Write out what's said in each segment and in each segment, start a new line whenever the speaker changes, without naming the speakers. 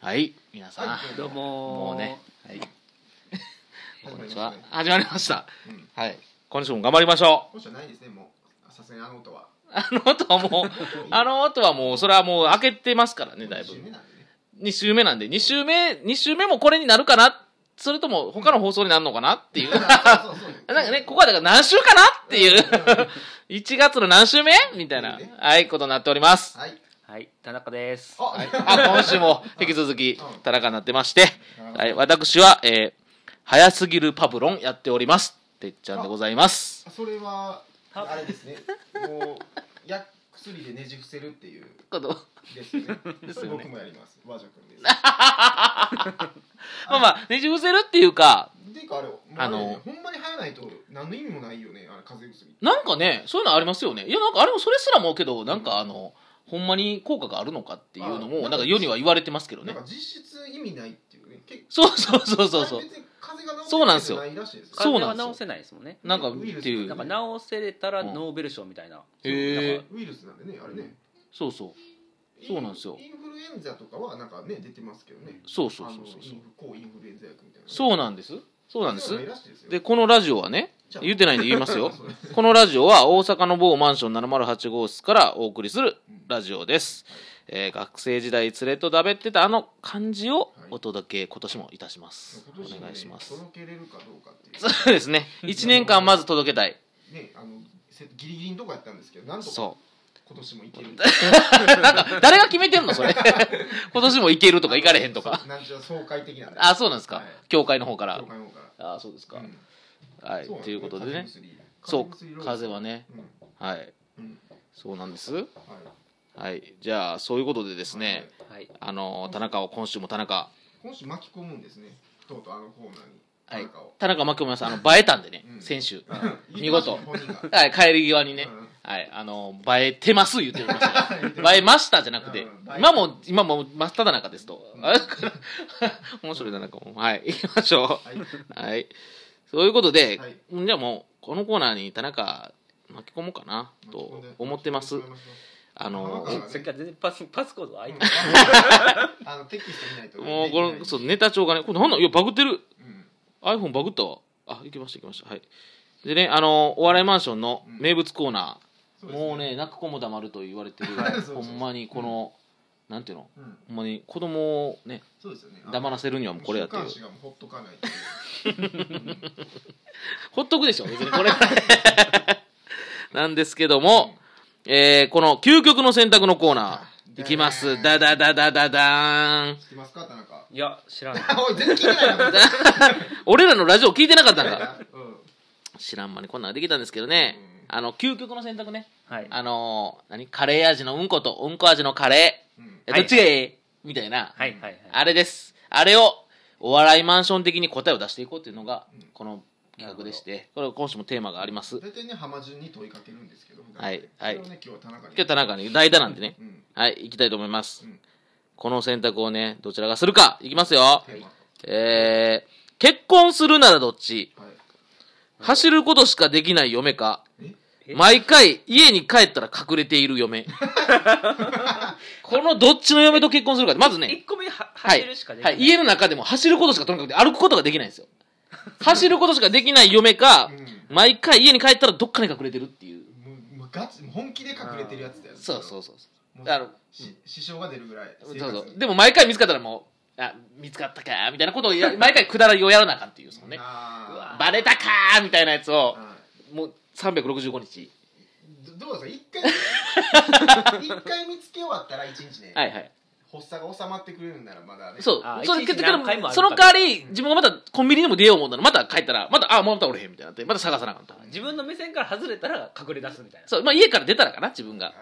はい皆さん、
どうも
もうね、
はい、
こんにちは始まりました
うん
はい今週も頑張りましょ
こうじゃないですねもうさすがにあの音は
うあの音はもうあの音はもうそれはもう開けてますからねだいぶ
締めなんでね
2週目なんで2週目2週目もこれになるかなそれとも他の放送になるのかなっ ていう
そうそうそう
なんかね、ここはだから何週かなっていう1月の何週目みたいな、はい、ことになっております。
はい
はい、田中です
あ、
はい、あ今 週も引き続き
うん
田中になってまして、
うん
はい、私は、えー早すぎるパブロンやっております。てっちゃんでございます。
それはあれですねもうや薬でねじ伏せるっていう
こと
ですよね
です
そ
よね
れ僕もやります和女くんです
まあまあ、ねじ伏せるっていうか、
ていうかあれもう
あの
あれねほんまに生えないと何の意味もないよねあれ風邪薬
なんかね、そういうのありますよね。いや、なんかあれもそれすらもうけど、なんかあの、ほんまに効果があるのかっていうの
あな
も、
んか
なんか世には言われてますけど
なん
ね
か。実質意味ないっていうね結構
そうそうそうそうそう
あれ。別に風邪が治
そうなんです
す
よ
ないらしいです
そうなんですよ
風邪は治せないですもんね
なんかっていう。
なんか治せれたらノーベル賞みたいな、
へえ
なんか
ウイルスなんでねあれね
そうそう。そうなんですよ
インフルエンザとかはなんかね出てますけどね
そうそうそうそう
あのインフ抗インフルエンザ薬みたいなう
そうなんです。そうなんです。で、
で
このラジオはね、
じゃあ。
言ってないんで言いますよ
そうです
このラジオは大阪の某マンション708号室からお送りするラジオです。えー学生時代連れとだべってたあの感じをお届け今年もいたします。
今年ね
お願いします。
届けれるかどうかっていう
そうですね。1年間まず届けたい。
ねあのせギリギリのとこやったんですけどなんとか
そ
今年もいける
う。なんか、 誰が決めてんのそれ。今年も行けるとか行かれへんとか。
そうなんちゅう爽快的なんで
あ、そうなんですか
はい。
協会の方から
爽。快の方から
あ、そうですか
う。ん
はい。
そなん
ということでね。
風邪薬
そう
風邪薬ロー、
風はね。
うん
はい。
うん
そうなんです。
はい
はい。じゃあ、そういうことでですね、
はい
あの、田中を、今週も田中、
今週巻き込むんですねとうとうあのコーナーに
は
田
い
中を
田中巻き込みます。あの、映えたんでね
う、ん
先週。見
言ってました
事
ね本人が
はい、帰り際に ね
うん、
はい、あの、映えてます言っておりましたね。
言って ました
映えましたじゃなくて
うん映え、
今も、今も真っ只中ですと
う。ん
あれ面白いな、なんかもう。はい、行きましょ。
はいう
はい。そういうことで
はい、
じゃあもう、このコーナーに田中巻き込もうかな、と思ってます。あの、
巻き込んで
せっかく全然パスパスコード開いて
あのテキスト見ないとね
もうこ
で
の、
き
そ、
ないう
ネタ帳がね、これなんなんいや、バグってる。
うん、
iPhone バグったわ。あ、行きました行きました。はい。でね、あの、お笑いマンションの名物コーナー、
そです
もうね、泣く子も黙ると言われてる
はい そう、そ
ほ
うん
まにこの、なんていうの、
うん、
ほんまに子供をね、
そうですよね
黙らせるにはもうこれやって
て
いう。
がもうほっとかないっていう、うん
ほっとくでしょ、別にこれ。 なんですけども、えー、この究極の選択のコーナー、いきます。だだだだだだーん。
知ってますか田中
いや知らない
おい全然聞いてないな
俺らのラジオ聞いてなかったんか。
うんうん
知らん間にこんなんができたんですけどね、あの、究極の選択ね。
はい
あのー、何カレー味のうんこと、うんこ味のカレ
うん
ー。え
はい
どっちがええみたいな、
はいはいはい
あれです。あれを、お笑いマンション的に答えを出していこうっていうのが
うん、
この企画でして、これ今週もテーマがあります。今
大体ね浜順に問いかけるんですけど普段
はいはい
それをね今日は田中に
日田中に代打なんでね
う、ん
はい、行きたいと思います。
うん
この選択をね、どちらがするか、いきますよ。
テーマ
えー、結婚するならどっち
はい
走ることしかできない嫁か、
え
え
毎回家に帰ったら隠れている嫁このどっちの嫁と結婚するかまずね
一個目は
は
走
い
るしかできな、
はいい、家の中でも走ることしかとにかく歩くことができないんですよ走ることしかできない嫁か、
う
毎回家に帰ったらどっかに隠れてるっていう
もうもうガチもう本気で隠れてるやつだよ
そうそうそう
も
あの
し支障が出るぐらい
そう
生
そう
活に
そうでも毎回見つかったらもうあ見つかったかーみたいなことをや毎回くだらりをやらなあかんっていうそのね
あ
バレたかーみたいなやつ
ー
を
はい
もう365日
どどうですか一回 一回見つけ終わったら一日ね、
はいはい
発作が収まってくれるんならまだね
そう
あ。
そう
一
け
日
ど
何回もある
その代わり、自分がまたコンビニでも出よう思ったら、また帰ったら、また、あ、またおれへんみたいになって、また探さなかった。
自分の目線から外れたら隠れ出すみたいな
そう、まあ家から出たらかな、自分が。
あ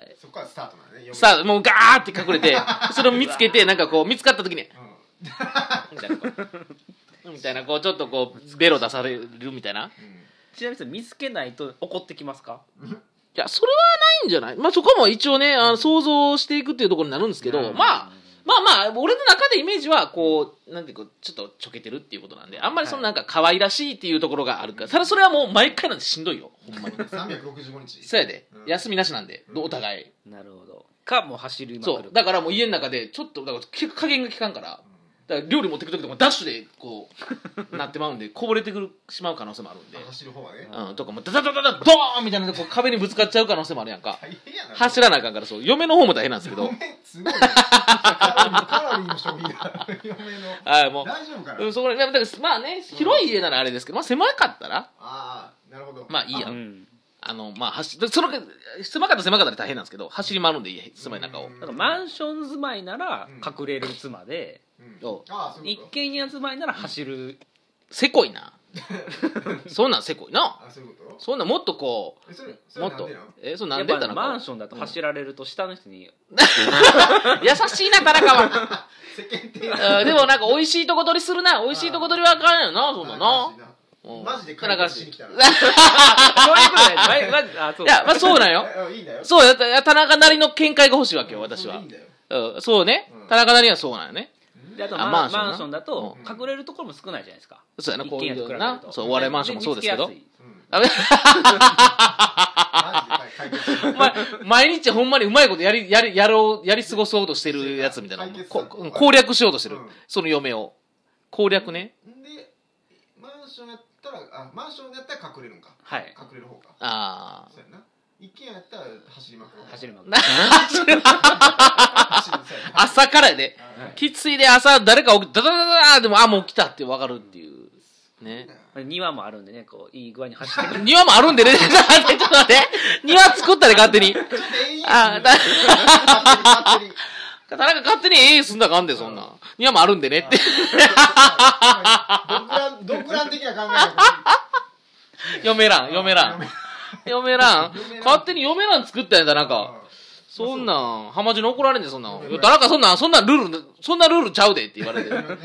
ーそこからスタートなんだね嫁
さあ、もうガーって隠れて、それを見つけて、なんかこう、見つかった時に、
う
みたいなこう、みたいな、こう、ちょっとこう、ベロ出されるみたいな。
んうん
ちなみに見つけないと怒ってきますか
いや、それはないんじゃないまあそこも一応ね、あの想像していくっていうところになるんですけど、まあ、まあまあ、俺の中でイメージは、こう、なんていうか、ちょっとちょけてるっていうことなんで、あんまりそのなんか可愛らしいっていうところがあるから、ただそれはもう毎 回なんてしんどいよ、ほんまに。
365日
そうやで、
うん
休みなしなんで、
うん
お互い
なるほどかもう走りま
そ
く
う
る
だからもう家の中でちょっとだから結構加減が効かんからだから料理持ってく時とかもダッシュでこ うなってまうんでこぼれてくるしまう可能性もあるんで、
走る方はね
うん、とかもうダダダダダドーンみたいなのでこう壁にぶつかっちゃう可能性もあるやんか
大変やな
走らなあかんからそう嫁の方も大変なんですけど
嫁すごいねカロリーの消費が 嫁の
はいも
大丈夫かな
う、うん、そこら辺だからまあね広い家ならあれですけど、まあ、狭かったら
ああなるほど
まあいいや
うんん
あのまあ走その狭かったら狭かったら大変なんですけど走り回るんで家狭い中を
うん
だからマンション住まいなら
うん
隠れる妻で、
うん
お
ああそういう
一
こと
軒家住まいなら走る、
せこいなそんなんせこいな
あそういうこと
そんなんもっとこ
えそれ
う
それは
もっ
なん
と
でなの
えそう
や
なん
っ
で
ぱ
だろう
マンションだと走られると下の人に、
優しいな田中は
世間体
うんでもなんか美味しいとこ取りするな美味しいとこ取りはあかんよなそ んななうん
マジで
田
解
中
決
氏
しに来たな
そういうことないままあそ う
いやまあそうなんよ
えいいんだよ
そうや田中なりの見解が欲しいわけよ私は
それでいいんだよ
うんそうね
うん
田中なりはそうなんよね
であと
あ
マ
マン
ン
ションな
マンションだと
うん
隠れるところも少ないじゃないですか、
そうやなこうい
一軒家
う
と比べる
な
と
そうお笑いマンションもそうですけど
見つやすい
うん
あれ
マジで解決し
お前 毎日ほんまにうまいことやりやりやろうやり過ごそうとしてるやつみたいな
解決
こ
策
うん攻略しようとしてる、
うん
その嫁を攻略ね
でマンションやったらあマンションやったら隠れるんか
はい
隠れる方か
あ
そうやな一軒家やったら走りまくる
走りまく
あ
走るそうやな
朝からやで
はい
きついで朝誰か起きダダダダダーでもあもう起きたって分かるっていうね
る庭もあるんでねこういい具合に走 ってくる
庭もあるんでねちょっと待って庭作ったで勝手に
ちょっと永遠に
あだ
勝手に勝手に
田中勝手にええすんだらあかんでそんな庭もあるんでねって
独断独断的な考
嫁らん嫁らん嫁らん
嫁らん
勝手に嫁らん作ったんやだなん
え
かそんなん、浜地に怒られんで、そんなん。
うん
いや田中、そんなん、そんなんルール、そんなルールちゃうでって言わ れて。
だから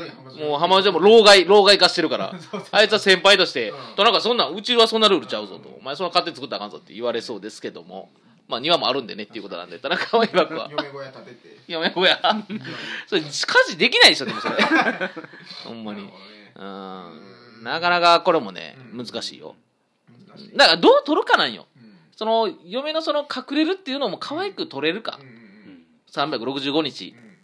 もう浜地はもう老害、老害化してるから
そうそう。
あいつは先輩として
うん、
田中、そんなん、うちはそんなルールちゃうぞと。お前、そんな勝手に作ったらあかんぞって言われそうですけども。まあ、庭もあるんでねっていうことなんで、田中は曰くは。
嫁小屋建てて
いや、お や。それ、家事できないでしょ、でもそれ。ほんまに。うん。なかなかこれもね、
うん
難しいよ。
難しい
だから、どう取るかなんよ。
うん
その、嫁のその、隠れるっていうのも可愛く取れるか
う。んうんうん
365日
う。ん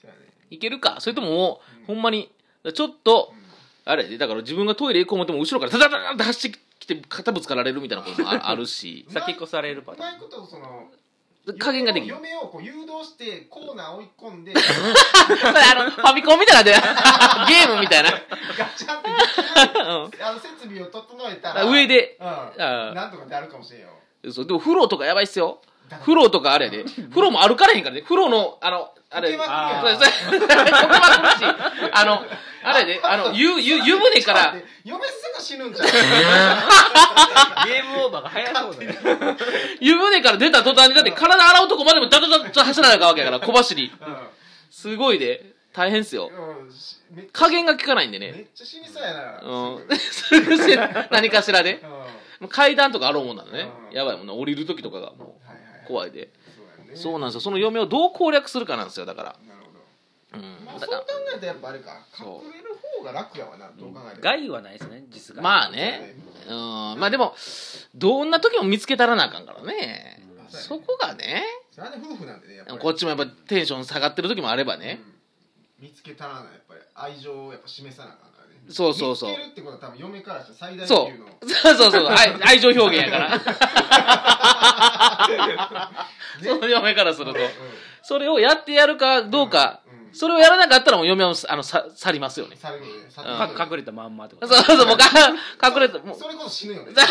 そうやね
いけるかそれとももう、
うん
ほんまにちょっ
う
と
ん
あれだから自分がトイレ行こう思っても後ろからダダダダって走ってきて肩ぶつかられるみたいなことも ああるし
先越されるパ
う
タ
ま
ー
いことその
加減ができる
嫁をこう誘導してコーナー追い込 んで
それ あのファミコンみたいなんで ゲームみたい
ガチャンって
な
あの設備を整えた
う
ら
ん上で
うん
あ
なんとかであるかもしれんよ
そうでも風呂とかやばいっすよ
だから
風呂とかあれやで風呂も歩かれへんからね風呂のあのあれ
受けまくり
やん
そう そうこけまくるしあのあれやであの湯湯湯船から
嫁すぐ死ぬんちゃう
ンゲームオーバーが早そうだよ
湯船から出た途端にだって体洗うとこまでもダダダッと走らなあかんわけやから小走りすごいで大変っすよ
うんうんしめっ
加減が効かないんで
め
ね。
っちゃ死にそうやな
うん
す。
それこそ何かしらで
ぐ。うんはい
階段とかあるもんなのね。
うん
やばいもんな。降りる時とかがも
はいう
怖いで。
そうやね
そうなんですよ。その嫁をどう攻略するかなんですよ。だから。
なるほど
うん
まあ
だ
そう
か
考えたらやっぱあれか
そう
隠れる方が楽やわなどう考えても
害はないですね実
ら。
害
まあね。うん。まあでも、どんな時も見つけたらなあかんからね。そこがね、
それはね夫婦なんでねやっぱり
こっちもやっぱテンション下がってる時もあればね
う。ん見つけたらなやっぱり愛情をやっぱ示さなあかんからね
そうそうそう
見つけるってことは多分嫁からしたら最大
そ
級の
う。 そうそうそう。愛愛情表現やから。 その嫁からすると。それをやってやるかどうか。
うんうん
それをやらなかったらもう嫁はあのさ去りますよね。
最後ねさ
か
さ
隠れたまんまってこ
そう
と
そう、もうか隠れて、もう
それこそ死 ぬよね隠れた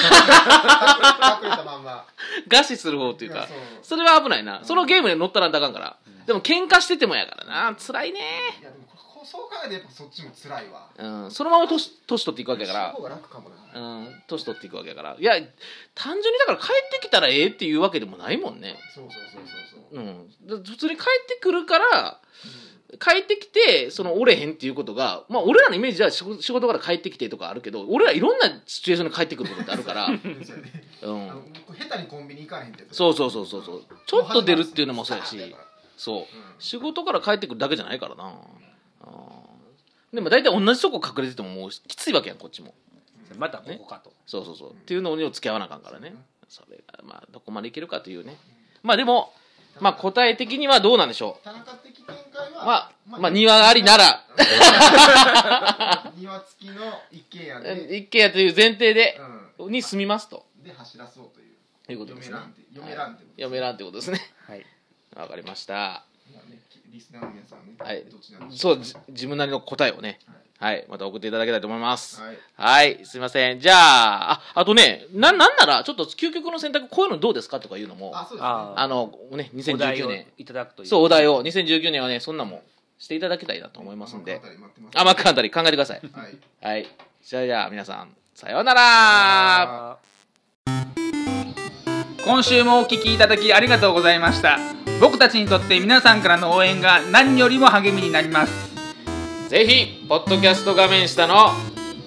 まんま
餓死する方という
いや
か
そう、
それは危ないな。そのゲームで乗ったらんとあかんから。でも喧嘩しててもやからな。辛いね。
いやでもここそう考えたらやっぱそっちも辛いわ
うん、そのまま年年取っていくわけや
そ
か
の方が楽かもな
ら、うん、年取っていくわけやから。いや、単純にだから帰ってきたらええっていうわけでもないもんね。
そうそうそうそうそう
うん。だ普通に帰ってくるから、帰ってきて、その折れへんっていうことが、まあ俺らのイメージでは仕事仕事から帰ってきてとかあるけど、俺らいろんなシチュエーションで帰ってくることってあるから、
うんそうやね
う
あ
ん
の。下手にコンビニ行かれへんってやつ
そうそうそうそうそうちょっと出るっていうのもそうやし
もう始まる
そう
うん
仕事から帰ってくるだけじゃないからなあーでも大体同じとこ隠れててももうきついわけやんこっちも
またここかと、
そうそうそうっていうのにも付き合わなあかんからねそれがまあどこまでいけるかというねまあでもまあ答え的にはどうなんでしょ
田中的見解
う
は、
まあ、まあ、庭ありなら、
庭付きの一軒家で、
一軒家という前提で、
う
に住みますと。
ん、で走らそうという
いうことで
嫁
すね
なん。て嫁なんてこと
嫁らんってことですね。
はい
わかりました。
まあねリスナーの皆さんね、
はい
どっちなんでしょ
そう、じ自分なりの答えをね、はい、また送っていただけたいと思います。
うはい
はい、すいません。じゃあ、ああとね、な、なんなら、ちょっと究極の選択、こういうのどうですかとかいうのも、
あ
あ
そうですね
あ
の、ね、
お題
2019
を
年、
いただくという
そう、お題を、2019年はね、そんなもんしていただきたいなと思いますんで、あ、まくあたり考えてください。
はい
はい。じゃあ、じゃあ、皆さん、さようなら
今週もお聞きいただきありがとうございました僕たちにとって皆さんからの応援が何よりも励みになります
ぜひ、ポッドキャスト画面下の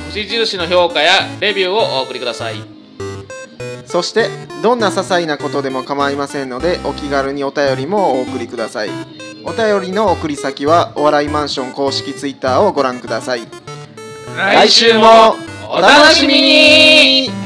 星印の評価やレビューをお送りください。
そしてどんな些細なことでも構いませんのでお気軽にお便りもお送りくださいお便りの送り先はお笑いマンション公式ツイッターをご覧ください
来週もお楽しみに